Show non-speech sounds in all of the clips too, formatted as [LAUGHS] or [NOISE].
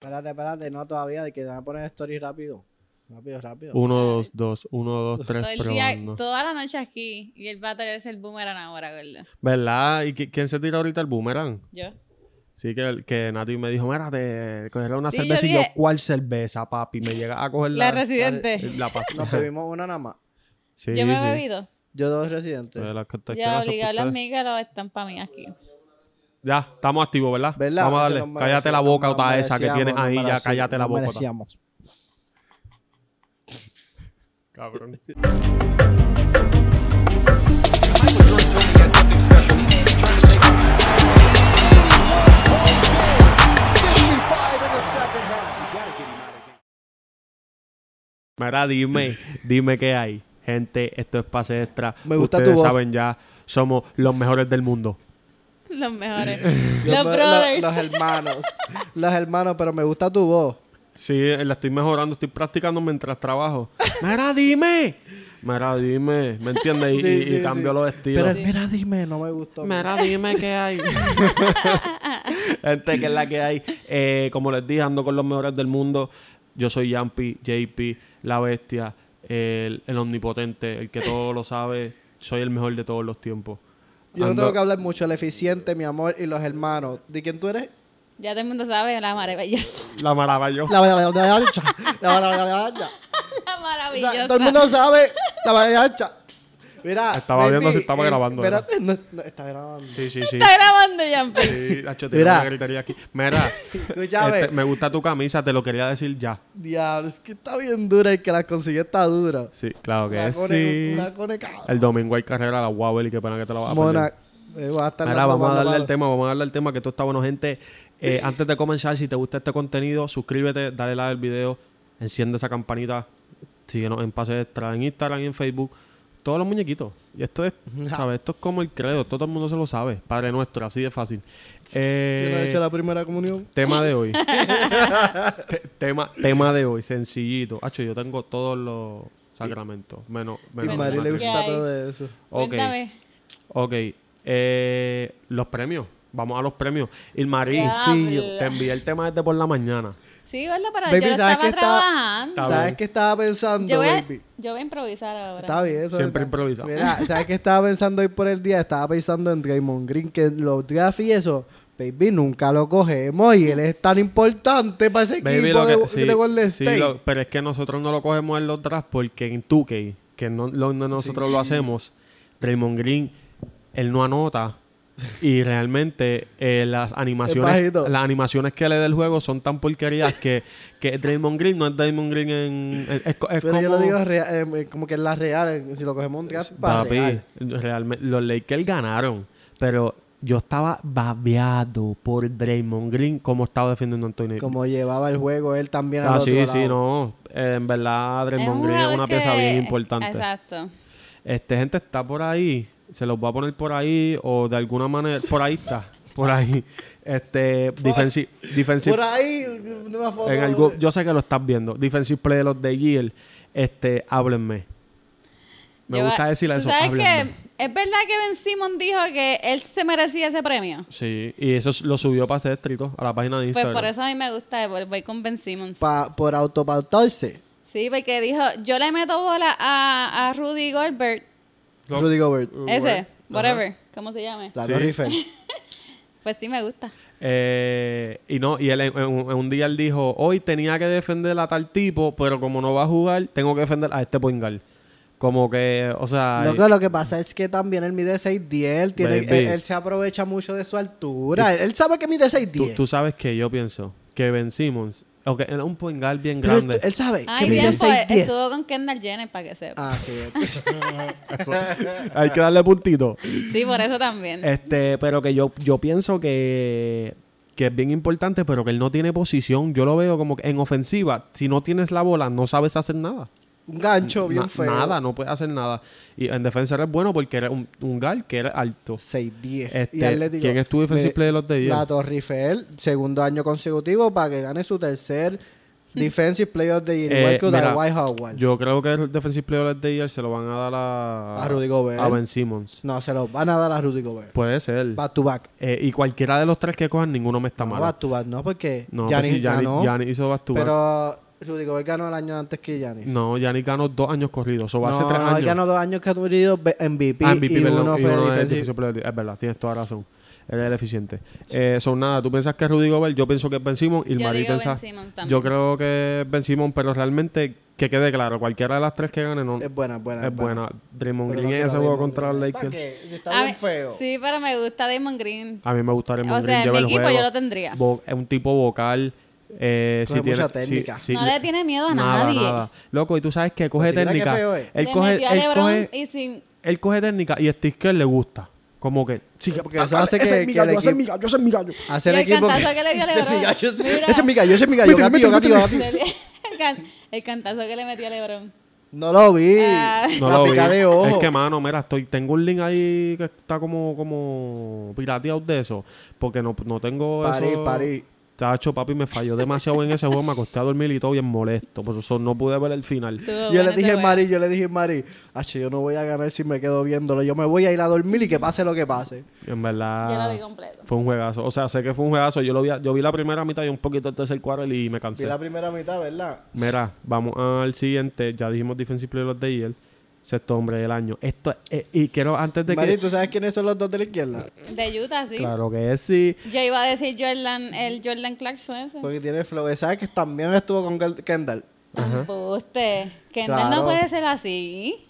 espérate, espérate, no todavía, de que te van a poner story rápido. Rápido, rápido. 1, 2, 2, 1, 2, 3, Todo el día, probando. toda la noche aquí. Y él va a tener el boomerang ahora, ¿verdad? ¿Verdad? ¿Y qui- quién se tira ahorita el boomerang? Yo. Sí, que, que Nati me dijo, mira, te cogeré una Sí, yo cerveza. y dije- yo, ¿cuál cerveza, papi? Me llega a coger La la... residente. [LAUGHS] La pas- Nos bebimos una nada más. [LAUGHS] Sí, yo me sí. he bebido. Yo dos residentes. Pues las que- que Ya las obligado las hospitales. migas lo están para mí aquí. [LAUGHS] Ya, estamos activos, ¿verdad? ¿Verdad? Vamos a Ese darle. nos cállate Pues la merecíamos, boca, nos otra esa que merecíamos, tienes nos ahí, ya, merecíamos, cállate la nos boca. otra. merecíamos. Cabrón. Mira, dime, dime qué hay. Gente, esto es Pase Extra. Me gusta tu Ustedes voz. saben ya, somos los mejores del mundo. [LAUGHS] Los mejores. Yo los me- lo- brothers. los hermanos. los hermanos, pero me gusta tu voz. Sí, eh, la estoy mejorando, estoy practicando mientras trabajo. Mira, dime. Mira, dime. ¿Me entiendes? Y, Sí, y- y sí, cambio sí. los estilos. Pero mira, dime, no me gustó. Mira, dime qué hay. [LAUGHS] Gente, que es la que hay. Eh, como les dije, ando con los mejores del mundo. Yo soy Yampi, JP, la bestia, el, el omnipotente, el que todo lo sabe. Soy el mejor de todos los tiempos. Yo no Ando- tengo que hablar mucho. El eficiente, mi amor, y los hermanos. ¿De quién tú eres? Ya todo el mundo sabe la maravillosa. [LAUGHS] La maravillosa. La la- la- la ancha. La la- la- la ancha. La O sea, maravillosa. todo el mundo sabe la la ancha. Mira. eh, Estaba viendo si estaba grabando, ¿verdad? Espérate, no, no, está grabando. Sí, sí, sí. [LAUGHS] Está grabando, Yampi. Sí, hacho, te Mira. una gritería aquí. Mira, Escúchame. este, me gusta tu camisa, te lo quería decir ya. Diablo, es que está bien dura. El que la consiguió está dura. Sí, claro que Una es. cone- Sí. una cone- cabrón. El domingo hay carrera a la Wabel y qué pena que te la vas a perder. Mona, eh, va a estar Ahora dando vamos a palo, darle palo. al tema, vamos a darle al tema que todo está bueno, gente. [LAUGHS] Eh, antes de comenzar, si te gusta este contenido, suscríbete, dale like al video, enciende esa campanita, síguenos en Pase Extra, en Instagram y en Facebook. Todos los muñequitos. Y [LAUGHS] esto es, ¿sabes? Esto es como el credo, todo el mundo se lo sabe. Padre nuestro, así de fácil. Si no Eh, he hecho la primera comunión. Tema de [LAUGHS] hoy. Te- tema, tema de hoy, sencillito. Hacho, yo tengo todos los sacramentos. Menos. Y menos a Mari le matrimonio. gusta hay? todo eso. [LAUGHS] Ok. Cuéntame. Ok. eh, los premios. Vamos a los premios. Ilmarí, Diablo. te envié el tema desde por la mañana. Sí, ¿verdad? Pero Baby, yo lo ¿sabes qué estaba está- trabajando. Está ¿Sabes bien. qué estaba pensando, Yo voy, a, baby? yo voy a improvisar ahora. Está bien, eso Siempre está- improvisa. Mira, ¿sabes qué estaba pensando hoy por el día? Estaba pensando en Draymond Green, que los drafts y eso, baby, nunca lo cogemos y él es tan importante para ese Baby, equipo lo que- de, sí, de Golden sí, State. lo- pero es que nosotros no lo cogemos en los drafts porque en 2K, que no, lo- no nosotros lo hacemos, Draymond Green, él [LAUGHS] no anota. Y realmente eh, las animaciones bajito. las animaciones que le da el juego son tan porquerías que, que Draymond Green no es Draymond Green en... en- es, co- es Pero yo lo como- digo rea- eh, como que es la real, eh, si lo cogemos un draft para Papi, realmente, los Lakers ganaron, pero yo estaba babeado por Draymond Green como estaba defendiendo a Anthony. Como llevaba el juego él también al ah, otro sí, sí, lado. no. Eh, en verdad, Es un Draymond Green es jugador una pieza que- bien importante. Exacto. Este gente está por ahí, se los va a poner por ahí o de alguna manera, por ahí está, por ahí. Este, defensive, defensive Por ahí, una foto. en algo, yo sé que lo estás viendo. Defensive play de los de Giel, este, háblenme. Me Yo- gusta decir ¿tú eso, ¿Sabes háblenme. que es verdad que Ben Simon dijo que él se merecía ese premio? Sí, y eso s- lo subió para ser estricto a la página de Pues Instagram. por eso a mí me gusta, voy- voy con Ben Simmons. pa- por autopautarse. sí, porque dijo, yo le meto bola a, a Rudy Goldberg, Go- Rudy Gobert. Go- ese, Ajá. whatever, ¿cómo se llame? La Uh, Sí. Torre Eiffel. Pues sí me gusta. Eh, y no, y él en, en un en un día él dijo, hoy tenía que defender a tal tipo, pero como no va a jugar, tengo que defender a este point guard". Como que, o sea, Loco, lo que pasa es que también él mide 6'10, él, tiene, él, Baby. él se aprovecha mucho de su altura. Él, él sabe que mide 6'10. tú, tú sabes que yo pienso que Ben Simmons, aunque era un point guard bien Pero él- grande. él sabe Eh, que Ay, mide bien, pues 6'10. estuvo con Kendall Jenner para que sepa. Ah, sí. Hay que darle puntito. Sí, por eso también. Eh, Este, pero que yo, yo pienso que, que es bien importante, pero que él no tiene posición. Yo lo veo como que en ofensiva, si no tienes la bola, no sabes hacer nada. Un gancho bien Na- feo. Nada, no puedes hacer nada. Y en defensa eres bueno porque eres un, un gal que eres alto. 6'10. Este, ¿quién es tu defensive mire, player de los de ayer? [LAUGHS] La Torre Eiffel, segundo año consecutivo para que gane su tercer Defensive Player of the Year, Eh, igual que mira, Dwight Howard. Yo creo que el Defensive Player of the Year se lo van a dar a, A Rudy Gobert. a Ben Simmons. No, se los van a dar a Rudy Gobert. Puede ser. Back to back. Eh, y cualquiera de los tres que cojan, ninguno me está No, mal. back to back, no, porque No, pues Giannis sí, Giannis- ganó. Giannis hizo back-to-back. pero Rudy Gobert ganó el año antes que Giannis. No, Yannick ganó dos años corridos. O no, hace tres no, años. él ganó dos años que ha tenido be- MVP, Ah, MVP, y perdón, uno y fue uno es defensive. defensive player. Es verdad, tienes toda razón. Él es el eficiente. Eh, son nada, tú piensas que es Rudy Gobert, yo pienso que es Ben Simon y el Yo Marí digo Ben piensa. Simmons también. Yo creo que es Ben Simon, pero realmente que quede claro, cualquiera de las tres que gane no, es, Es buena, es buena. buena. Draymond Pero no Green en quiero ese a juego Draymond contra los Green. ¿Pa' Lakers. qué? Está A bien mí- feo. Sí, pero me gusta Damon Green. A mí me gusta Draymond O sea, Green. en lleva mi el equipo juego. yo lo tendría. Vo- es un tipo vocal. Eh, Coge si tiene, mucha si- técnica. Pues si- No le tiene miedo a nada, nadie. nada. Loco, y tú sabes que coge si mira qué técnica. feo es. Él Le coge, metió a él LeBron coge, y sin... él coge técnica y a Steve Kerr le gusta. Como que, sí, Eh, Porque ah, eso hace que, que el equipo- gallo, ese es mi gallo. hacer Y el equipo. cantazo que [LAUGHS] le dio Ese es mi LeBron. gallo, ese- Mira. [LAUGHS] ese es mi gallo, ese es mi gallo, Métele, gatillo, métele, gatillo, gatillo. el, can- el cantazo que le metió a LeBron. No lo vi. Ah. No La lo vi. pica de ojo. Es que, mano, mira, estoy, tengo un link ahí que está como, como pirateado de eso. Porque no, no tengo Parí, eso. parí. Chacho, papi, me falló demasiado en ese juego. Me acosté a dormir y todo bien molesto. Por eso no pude ver el final. Estuvo Yo bueno le dije ese a juego. Mari, yo le dije a Mari, "Acho, yo no voy a ganar si me quedo viéndolo. Yo me voy a ir a dormir y que pase lo que pase. En Yo lo vi Ah. verdad, completo. fue un juegazo. O sea, sé que fue un juegazo. Yo, lo vi, yo vi la primera mitad y un poquito el tercer cuarto y me Vi cansé. la primera mitad, ¿verdad? Mira, vamos al siguiente. Ya dijimos Defensive Player of the Year. Sexto hombre del año. Esto eh, Y quiero, antes de Mari, que... ¿tú sabes quiénes son los dos de la izquierda? De Utah, sí. Claro que sí. Yo iba a decir Jordan, el Jordan Clarkson ese. Porque tiene flow. ¿Sabes que también estuvo con Kel- Kendall? Embuste. Kendall Claro. no puede ser así.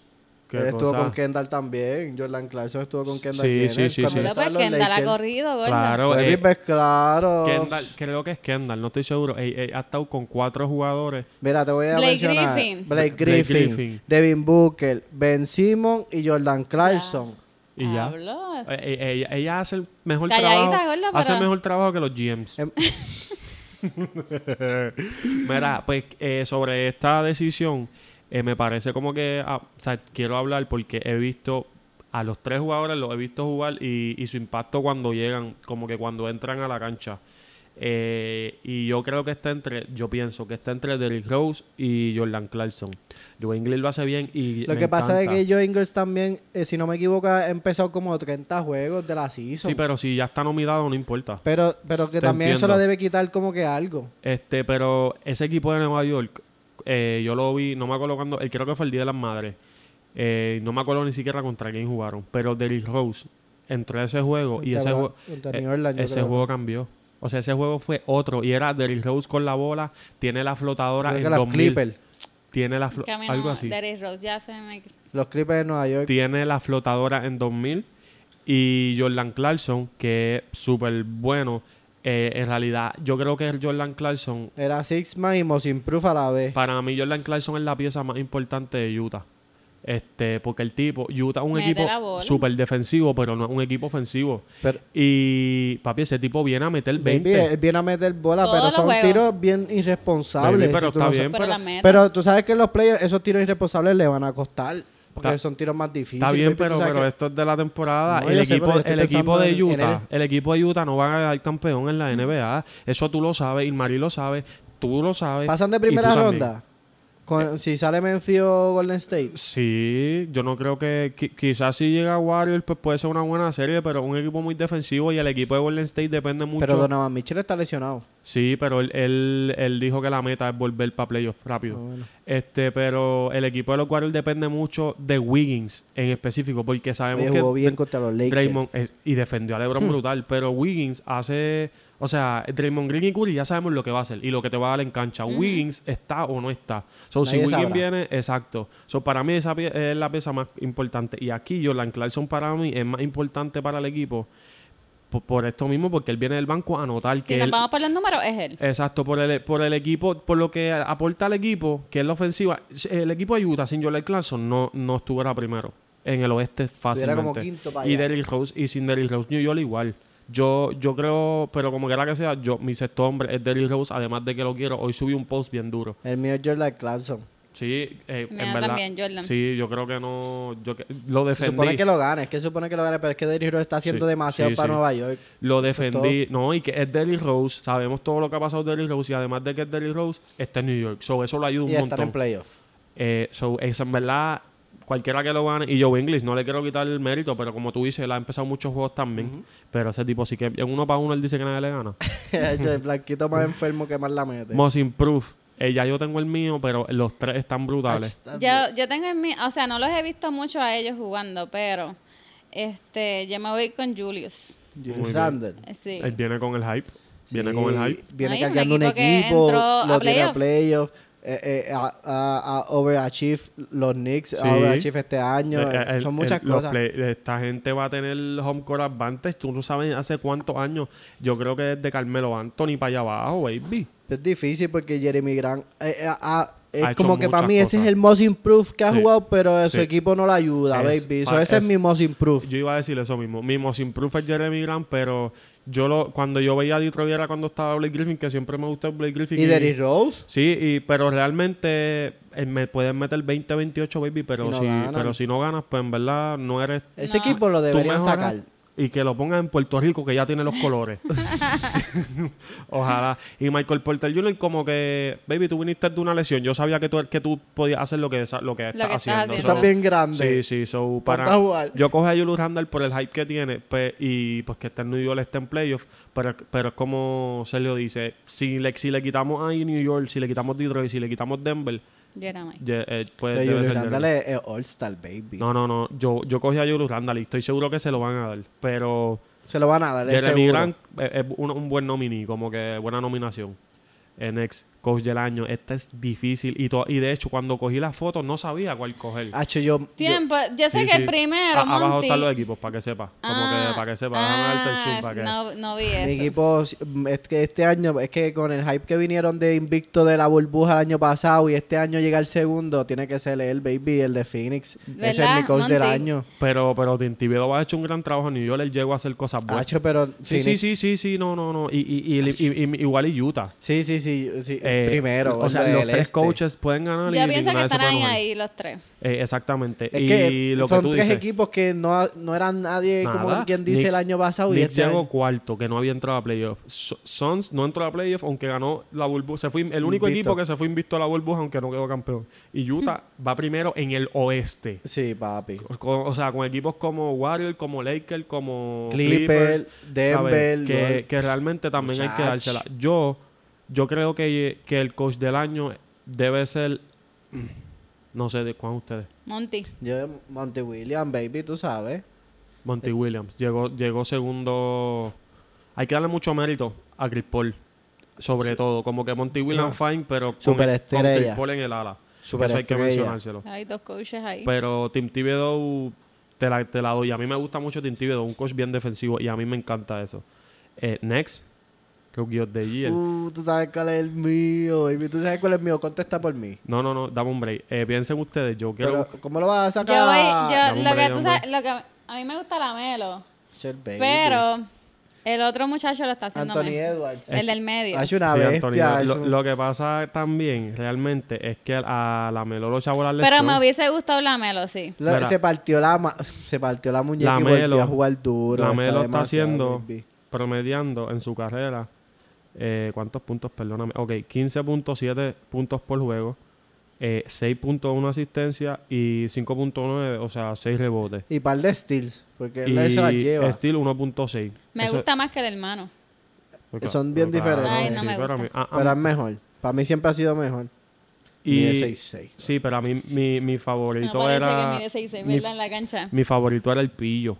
Qué Él estuvo cosa. con Kendall también. Jordan Clarkson estuvo con Kendall. Sí, Jenner sí, sí, cuando sí. Pero estaban pues los Kendall ha Lakers. corrido, gorda. Claro, Pues, eh, pues, claro. Kendall, creo que es Kendall, no estoy seguro. Ey, ey, ha estado con cuatro jugadores. Mira, te voy a Blake mencionar. Griffin. Blake Blake Griffin. Griffin. Devin Booker. Ben Simon y Jordan Clarkson. Y Habló. ya. Ey, ey, Eh, ella, ella hace el mejor Calladita, trabajo. gorda, Hace pero- mejor trabajo que los GMs. Em- [LAUGHS] Mira, pues eh, sobre esta decisión, eh, me parece como que ah, o sea, quiero hablar porque he visto a los tres jugadores, los he visto jugar y, y su impacto cuando llegan, como que cuando entran a la cancha. Eh, y yo creo que está entre, yo pienso que está entre Derrick Rose y Jordan Clarkson. Joe Inglis lo hace bien y. Lo me que pasa es encanta. que Joe Ingles también, eh, si no me equivoco, ha empezado como 30 juegos de la season. Sí, pero si ya está nominado, no importa. pero, pero que Te también eso entiendo. le debe quitar como que algo. Este, pero ese equipo de Nueva York, eh, yo lo vi, no me acuerdo cuando, eh, creo que fue el Día de las Madres. Eh, no me acuerdo ni siquiera contra quién jugaron. Pero Derrick Rose entró a ese juego y Contra ese Bra- juego. contra eh, New Orleans, yo ese creo. juego cambió. O sea, ese juego fue otro. Y era Derrick Rose con la bola, tiene la flotadora Creo que en los 2000. Clippers. Tiene la Que a flotadora. mí no- Algo así. Derrick Rose ya se me... Los Clippers de Nueva York. Tiene la flotadora en 2000 y Jordan Clarkson, que es súper bueno. Eh, en realidad, yo creo que Jordan Clarkson Era Six Man y Most Improved a la vez. [LAUGHS] Para mí, Jordan Clarkson es la pieza más importante de Utah. Este, porque el tipo, Utah es un Mete la equipo bola. súper defensivo, pero no es un equipo ofensivo. Pero, Y papi, ese tipo viene a meter baby, 20. él viene a meter bola, Todos pero los son juegos. tiros bien irresponsables. Baby, si pero tú está no sabes. bien, Pero pero, la meta. Pero tú sabes que en los playoffs esos tiros irresponsables le van a costar. Porque Está- son tiros más difíciles. está bien, baby, tú pero, sabes pero que- esto es de la temporada. No, el yo sé, pero equipo, yo estoy el equipo pensando de en- en Utah, el equipo de Utah no va a ganar campeón en la NBA. Eso tú lo sabes, Ilmarí lo sabe, tú lo sabes. Pasan de y tú primera también. ronda. Con- si sale Memphis o Golden State. Sí, yo no creo que qui- quizás si llega Warriors pues puede ser una buena serie, pero un equipo muy defensivo y el equipo de Golden State depende mucho. Pero Donovan Mitchell está lesionado. Sí, pero él, él, él dijo que la meta es volver para playoffs rápido. Ah, bueno. Este, pero el equipo de los Warriors depende mucho de Wiggins en específico, porque sabemos Oye, que jugó bien Hmm. contra los Lakers. Draymond eh, y defendió a LeBron brutal, pero Wiggins hace, o sea, Draymond Green y Curry ya sabemos lo que va a hacer y lo que te va a dar en cancha. Wiggins está o no está. So, si Nadie Wiggins sabrá. viene, exacto. So, para mí esa pie- es la pieza más importante y aquí Jordan Clarkson para mí es más importante para el equipo por, por esto mismo, porque él viene del banco a anotar que Si nos él- vamos por los números, es él. Exacto, por el, por el equipo, por lo que aporta el equipo, que es la ofensiva. El equipo de Utah sin Jordan Clarkson no, no estuviera primero en el oeste fácilmente. como quinto para y allá. Derrick Rose, y sin Derrick Rose, New York igual. Yo, yo creo, pero como quiera que sea, yo, mi sexto hombre es Derrick Rose, además de que lo quiero. Hoy subí un post bien duro. El mío es Jordan Clarkson. Sí, eh, Mira, en verdad. también, Jordan. Sí, yo creo que no. Yo que- lo Se defendí. supone que lo gana, es que se supone que lo gana, pero es que Derrick Rose está haciendo Sí, demasiado sí, para sí. Nueva York. Lo es todo. defendí. No, y que es Deli Rose. Sabemos todo lo que ha pasado Deli Rose. Y además de que es Deli Rose, está en New York. So, eso lo ayuda un Y estar en montón. playoff. [LAUGHS] Eh, so, es en verdad, cualquiera que lo gane. Y Joe Inglis, no le quiero quitar el mérito, pero como tú dices, él ha empezado muchos juegos también. Pero ese tipo sí que en uno para uno él dice que nadie le gana. el blanquito más enfermo que más la mete. Most Improve. Eh, ya yo tengo el mío, pero los tres están brutales. Está bien. Yo, yo tengo en mi, o sea, no los he visto mucho a ellos jugando, pero este, yo me voy con Julius. Julius Muy bien. Randle. Eh, Sí. Él viene con el hype. Viene Sí, con el hype. Viene No, y un cargando un equipo que equipo, entró a lo tiene a playoff. playoff. eh, eh, a, a- a overachieve los Knicks, Sí. a overachieve este año. Eh, eh, eh, el- son muchas el- los cosas. play- esta gente va a tener home court advantage. Tú no sabes hace cuántos años. Yo creo que desde Carmelo Anthony para allá abajo, baby. Es difícil porque Jeremy Grant eh, eh, ah, es Ha hecho como que para muchas mí ese cosas. es el most improved que ha Sí. jugado, pero su Sí. equipo no lo ayuda, Es- baby. So, ah, ese es, es- mi most improved. Yo iba a decir eso mismo. Mismo sin proof es Jeremy Grant, pero yo lo, cuando yo veía a Detroit era cuando estaba Blake Griffin, que siempre me gustó Blake Griffin. y Derrick Rose, Sí, y, pero realmente eh, me pueden meter 20, 28, baby, pero, Y no si, ganan. pero si no ganas, pues en verdad no eres ese No. equipo lo Tú deberían mejoras sacar. Y que lo pongan en Puerto Rico, que ya tiene los [LAUGHS] colores. Ojalá. Y Michael Porter Jr., como que, baby, tú viniste de una lesión. Yo sabía que tú, que tú podías hacer lo que, esa- lo que estás que estás haciendo. Tú haciendo. So, estás bien grande. Sí, sí, so Ponte a para. jugar. Yo coge a Julius Randle por el hype que tiene pe- y pues que está en New York, está en playoffs. Pero, pero es como se lo dice: si le, si le quitamos a New York, si le quitamos Detroit, si le quitamos Denver, Jeremy. ye- eh, pues. Pero debe Julius ser Jeremy. Randle es, es All-Star, baby. No, no, no. Yo, yo cogí a Julius Randle y estoy seguro que se lo van a dar. Pero. Se lo van a dar, es Jeremy seguro. Grant eh, es, un, un buen nominee, como que buena nominación. En ex coach del año. Este es difícil. Y, to- y de hecho, cuando cogí las fotos, no sabía cuál coger. Hacho, yo, yo- Tiempo, yo sé Sí, que sí. el primero, A- Abajo Monty. están los equipos, para que sepa. Como Ah, que, para que sepa. Déjame darte el zoom ah, para que- No, no vi Mi eso. equipo, mm, es que este año, es que con el hype que vinieron de invicto de la burbuja el año pasado y este año llega el segundo, tiene que ser el baby, el de Phoenix. Ese es ¿Verdad, mi coach del Monty? año. Pero, pero Tintibedo ha hecho un gran trabajo en New York. Él llegó a hacer cosas buenas. Hacho, pero sí, sí, sí, sí, sí, no, no, no. Y, y- Ah, y- y- y- igual y Utah. Sí, sí, sí, sí, Eh, primero. O sea, hombre, los del tres este. coaches pueden ganar. y Yo ninguna pienso que de esas están puede ahí, ganar. ahí los tres. Eh, exactamente. Es y que lo son que tú tres dices. equipos que no, no eran nadie, como Nada. quien dice, el Knicks- año pasado. y Knicks este llegó año- cuarto, que no había entrado a playoff. So- Suns no entró a playoff, aunque ganó la burbuja. Se fue el único Invicto. equipo que se fue invicto a la burbuja, aunque no quedó campeón. Y Utah va primero en el oeste. Sí, papi. Con- o sea, con equipos como Warriors, como Lakers, como Clippers, Clippers, Denver, ¿sabes? Denver. que, que realmente también hay que Muchach. dársela. Yo, yo creo que, que el coach del año debe ser, no sé de cuán ustedes, Monty. Yo, Monte William, baby, tú sabes. Monty Williams. Llegó, llegó segundo. Hay que darle mucho mérito a Chris Paul, sobre todo. Como que Monty Williams fine, pero con, el- con Superestrella. Chris Paul en el ala. Eso hay que Superestrella. mencionárselo. Hay dos coaches ahí. Pues, Pero Tim Thibodeau te la, te la doy. A mí me gusta mucho Tim Thibodeau, un coach bien defensivo y a mí me encanta eso. Eh, next, Rookie of the Year. Uh, tú sabes cuál es el mío, baby. Tú sabes cuál es el mío. Contesta por mí. No, no, no, dame un break. Eh, piensen ustedes, yo quiero... Pero, ¿cómo lo vas a Yo sacar? voy, Dame yo, un lo que break, tú hombre. sabes, lo que a mí me gusta la Melo, Shit, baby. pero el otro muchacho lo está haciendo Anthony mejor. Edwards. El del medio. Hace una Sí, bestia. Antonio, es lo, un- lo que pasa también realmente es que a la Melo lo chavó la lesión. Pero me hubiese gustado la Melo, sí. lo- Mira. se partió la ma- se partió la muñeca y Lamelo- volvió a jugar duro. Lamelo está demasiado, haciendo- baby. promediando en su carrera. eh, ¿Cuántos puntos? Perdóname. Ok, 15.7 puntos por juego, eh, 6.1 asistencia y 5.9, o sea, 6 rebotes. Y par de steals, porque él se las Y este- lleva. Steel 1.6. Me Eso- gusta más que el hermano. Porque- Son bien pero claro, diferentes. Ay, no sí, me pero a gusta. mí- ah, ah, Pero es mejor. Para mí siempre ha sido mejor. Mide y, 6'6". sí, pero a mí mi, mi No favorito parece era... que mide 6'6", mi, ¿verdad? En la cancha. mi favorito era el pillo.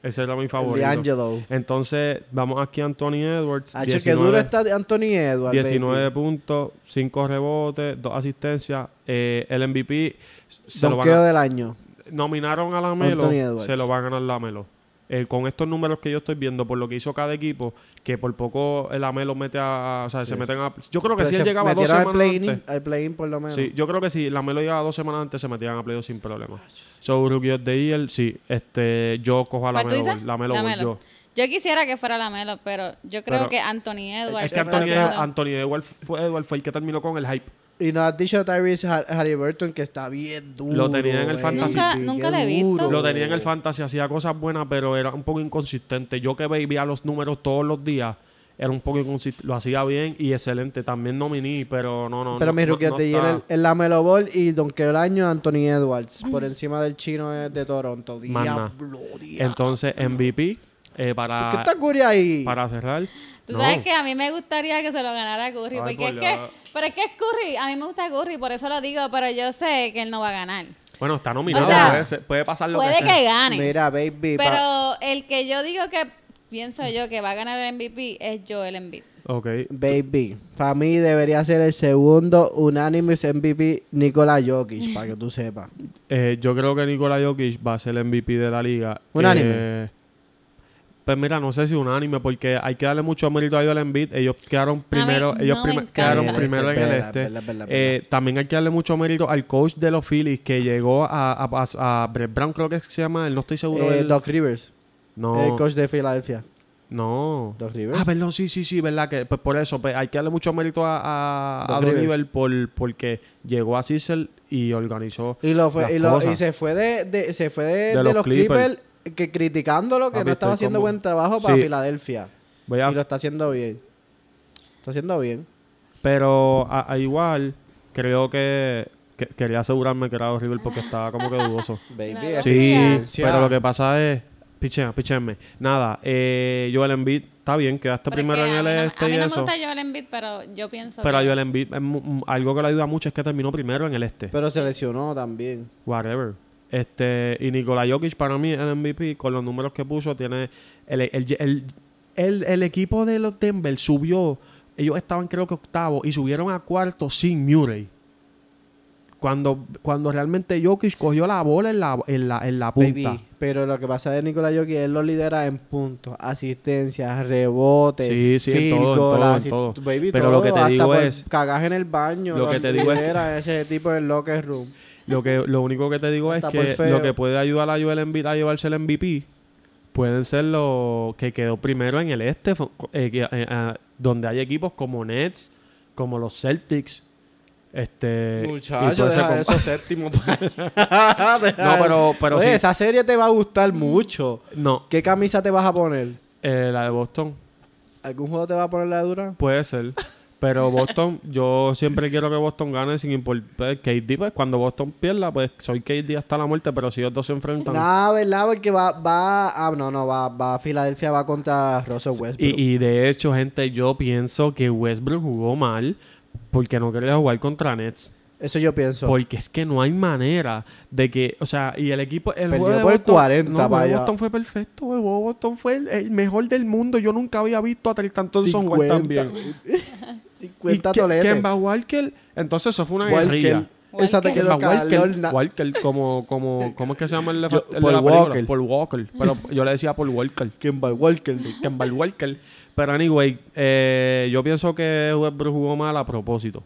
Ese era mi El De favorito. Angelo. Entonces, vamos aquí a Anthony Edwards. Ah, che, 19, qué duro está de Anthony Edwards. 19 puntos, 5 rebotes, 2 asistencias. Eh, el MVP se lo van Donqueo a- del año. nominaron a Anthony Lamelo, Edwards. se lo va a ganar Lamelo. Eh, con estos números que yo estoy viendo, por lo que hizo cada equipo, que por poco el Lamelo mete a. O sea, Sí. se meten a. Yo creo que Pero si él se llegaba dos metieron al semanas play-in, antes. al play-in por lo menos. Sí, yo creo que si Lamelo llegaba dos semanas antes, se metían a playoff sin problema. Ah, So, Rookie of the Year, sí. Este, yo cojo a ¿Cuál tú Lamelo. dices? Ball, Lamelo, Ball, Lamelo. yo. Yo quisiera que fuera la Melo, pero yo creo Pero- que Anthony Edwards Es que lo está Anthony, haciendo- Anthony Edwards, fue, Edwards fue el que terminó con el hype. Y nos has dicho Tyrese Hal- Halliburton que está bien duro. Lo tenía en el baby, fantasy. Nunca- qué nunca lo he visto. duro. Lo tenía en el fantasy, hacía cosas buenas, pero era un poco inconsistente. Yo que veía los números todos los días, era un poco inconsistente. Lo hacía bien y excelente. También nominé, pero no, no. Pero no, mis no- rookies no de está. year el, el Lamelo Ball y Don Quebraño Anthony Edwards. Por encima del chino de, de Toronto. Más nada. Diablo, diablo. Entonces, MVP eh, para, ¿Qué está Curry ahí? para cerrar. Tú no. sabes que a mí me gustaría que se lo ganara Curry. Ay, porque por es la- que, pero es que es Curry. A mí me gusta Curry, por eso lo digo. Pero yo sé que él no va a ganar. Bueno, está nominado. O sea, puede, ser- puede pasar Ah, lo Puede que sea. que gane. Mira, baby. pa- pero el que yo digo que pienso yo que va a ganar el MVP es Joel Embiid. Ok. Baby, para mí debería ser el segundo unánime MVP Nikola Jokic, para que tú [LAUGHS] sepas. Eh, yo creo que Nikola Jokic va a ser el MVP de la liga. Unánime. Eh, pues mira, no sé si unánime, porque hay que darle mucho mérito a Joel Embiid. Ellos quedaron primero, no ellos me prime- encanta. quedaron En el primero en este, el verdad, este. verdad, verdad, Eh, también hay que darle mucho mérito al coach de los Phillies que llegó a, a, a- a Brett Brown, creo que es que se llama, él no estoy seguro. Eh, del- Doc Rivers, no, el coach de Filadelfia. no. Doc Rivers. Ah, perdón, sí, sí, sí, verdad que pues por eso pues, hay que darle mucho mérito a, a, Doc a Doc Rivers. Rivers por, porque llegó a Cecil y organizó y lo fue, las y, lo, y cosas. se fue de, de- se fue de, de los los, Clippers, Clippers. que criticándolo que Papi, no estaba estoy haciendo como- buen trabajo para Sí. Filadelfia. Voy a- Y lo está haciendo bien. Está haciendo bien. Pero a, a igual, creo que, que- quería asegurarme que era Doc Rivers porque estaba como que dudoso. Baby, Claro. Sí, eficiencia. pero lo que pasa es. Pichea, pichenme. Nada, eh, Joel Embiid está bien, quedaste Pero primero es en que el a mí no- este A mí y no eso. me gusta Joel Embiid, pero yo pienso Pero a que... Joel Embiid, es mu- mm, algo que le ayuda mucho es que terminó primero en el este. Pero se lesionó también. Whatever. Este, y Nikola Jokic para mí el MVP con los números que puso tiene el, el- el- el- el equipo de los Denver subió, ellos estaban creo que octavo y subieron a cuarto sin Murray. Cuando, cuando realmente Jokic cogió la bola en la, en la, en la punta. Baby, pero lo que pasa de Nikola Jokic, él lo lidera en puntos, asistencias, rebotes, Sí, sí, en field todo, en goal, todo, en asist- todo. Baby, Pero lo que te hasta digo por es- cagaje en el baño, Lo que te digo es- lidera ese tipo de locker room. Lo, que, lo único que te digo es Está que por feo. lo que puede ayudar a Joel Embiid a llevarse el MVP pueden ser los que quedó primero en el este, fo- eh, que, eh, ah, donde hay equipos como Nets, como los Celtics. Este, y todo Muchachos, ese deja com- eso [LAUGHS] séptimo. [LAUGHS] Deja No, pero, pero Oye, sí. esa serie te va a gustar mucho. No, ¿Qué camisa te vas a poner? eh, la de Boston ¿Algún juego te va a poner la dura? puede ser. Pero Boston, yo siempre quiero que Boston gane sin importar. KD, pues cuando Boston pierda, pues soy KD hasta la muerte, pero si ellos dos se enfrentan. Nada, ¿verdad? Porque va, va, ah, no, no, va, va, Filadelfia va contra Russell Westbrook. Y, y de hecho, gente, yo pienso que Westbrook jugó mal porque no quería jugar contra Nets. Eso yo pienso. Porque es que no hay manera de que, o sea, y el equipo, el Perdió juego de por Boston, 40, no, el juego de vaya. Boston fue perfecto, el juego de Boston fue el, el mejor del mundo. Yo nunca había visto a Tristan Thompson jugar tan bien. [LAUGHS] 50 y Ke- toletes. Kemba Walker, entonces eso fue una Walker. guerrilla. Esa te Walker. quedó Kemba Walker, calor. na- Walker, como, como, ¿cómo es que se llama el, de- Yo- el de Paul la película? Walker. Paul Walker. Pero yo le decía Paul Walker. Kemba Walker. Kemba Walker. Pero anyway, eh, yo pienso que Westbrook jugó mal a propósito.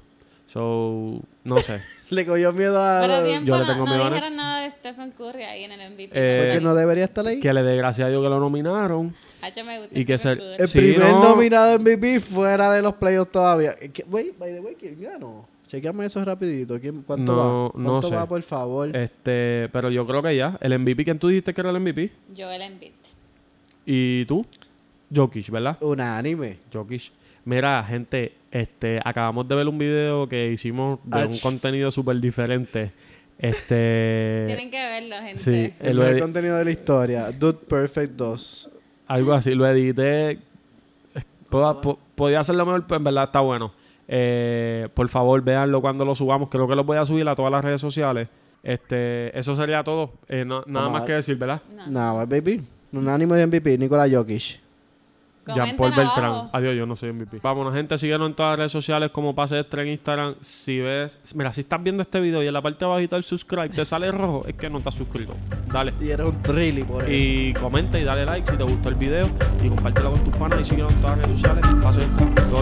So, no sé. Le cogió miedo Pero a... tiempo, yo le no- tengo no, miedo a Nets. dijeron nada de Stephen Curry ahí en el MVP. Eh, Porque no debería estar ahí. que le dé gracias a Dios que lo nominaron. Hacho, me gusta y que Stephen se- El Curry. Sí, primer no. nominado MVP fuera de los playoffs todavía. Eh, que- Wey, by the way, ¿quién ganó? Chequeame eso rapidito. ¿Quién- ¿Cuánto No, va? no ¿Cuánto sé. va, por favor? Este, pero yo creo que ya. El MVP, ¿quién tú dijiste que era el MVP? Joel Embiid. ¿Y tú? Jokic, ¿verdad? Unánime. Jokic. Mira, gente, este, acabamos de ver un video que hicimos de un Ach. contenido súper diferente. Este, [LAUGHS] Tienen que verlo, gente. sí. Eh, El lo mejor edi- contenido de la historia. Dude Perfect 2. algo así, lo edité. Puedo- po- podía hacerlo mejor, pero en verdad está bueno. Eh, por favor, véanlo cuando lo subamos. Creo que lo voy a subir a todas las redes sociales. Este, eso sería todo. Eh, no- Vamos nada a más ver. que decir, ¿verdad? No. Nada, baby. Unánime de MVP, Nikola Jokic. Comenten Jean-Paul Beltrán. abajo. Adiós, yo no soy MVP. Vámonos, gente, síguenos en todas las redes sociales como Pase Extra en Instagram. Si ves, mira, si estás viendo este video y en la parte de abajito del subscribe te sale rojo, es que no estás suscrito. Dale. Y era un trilly por eso. Y comenta y dale like si te gustó el video y compártelo con tus panas y síguenos en todas las redes sociales. Pase Extra. Todo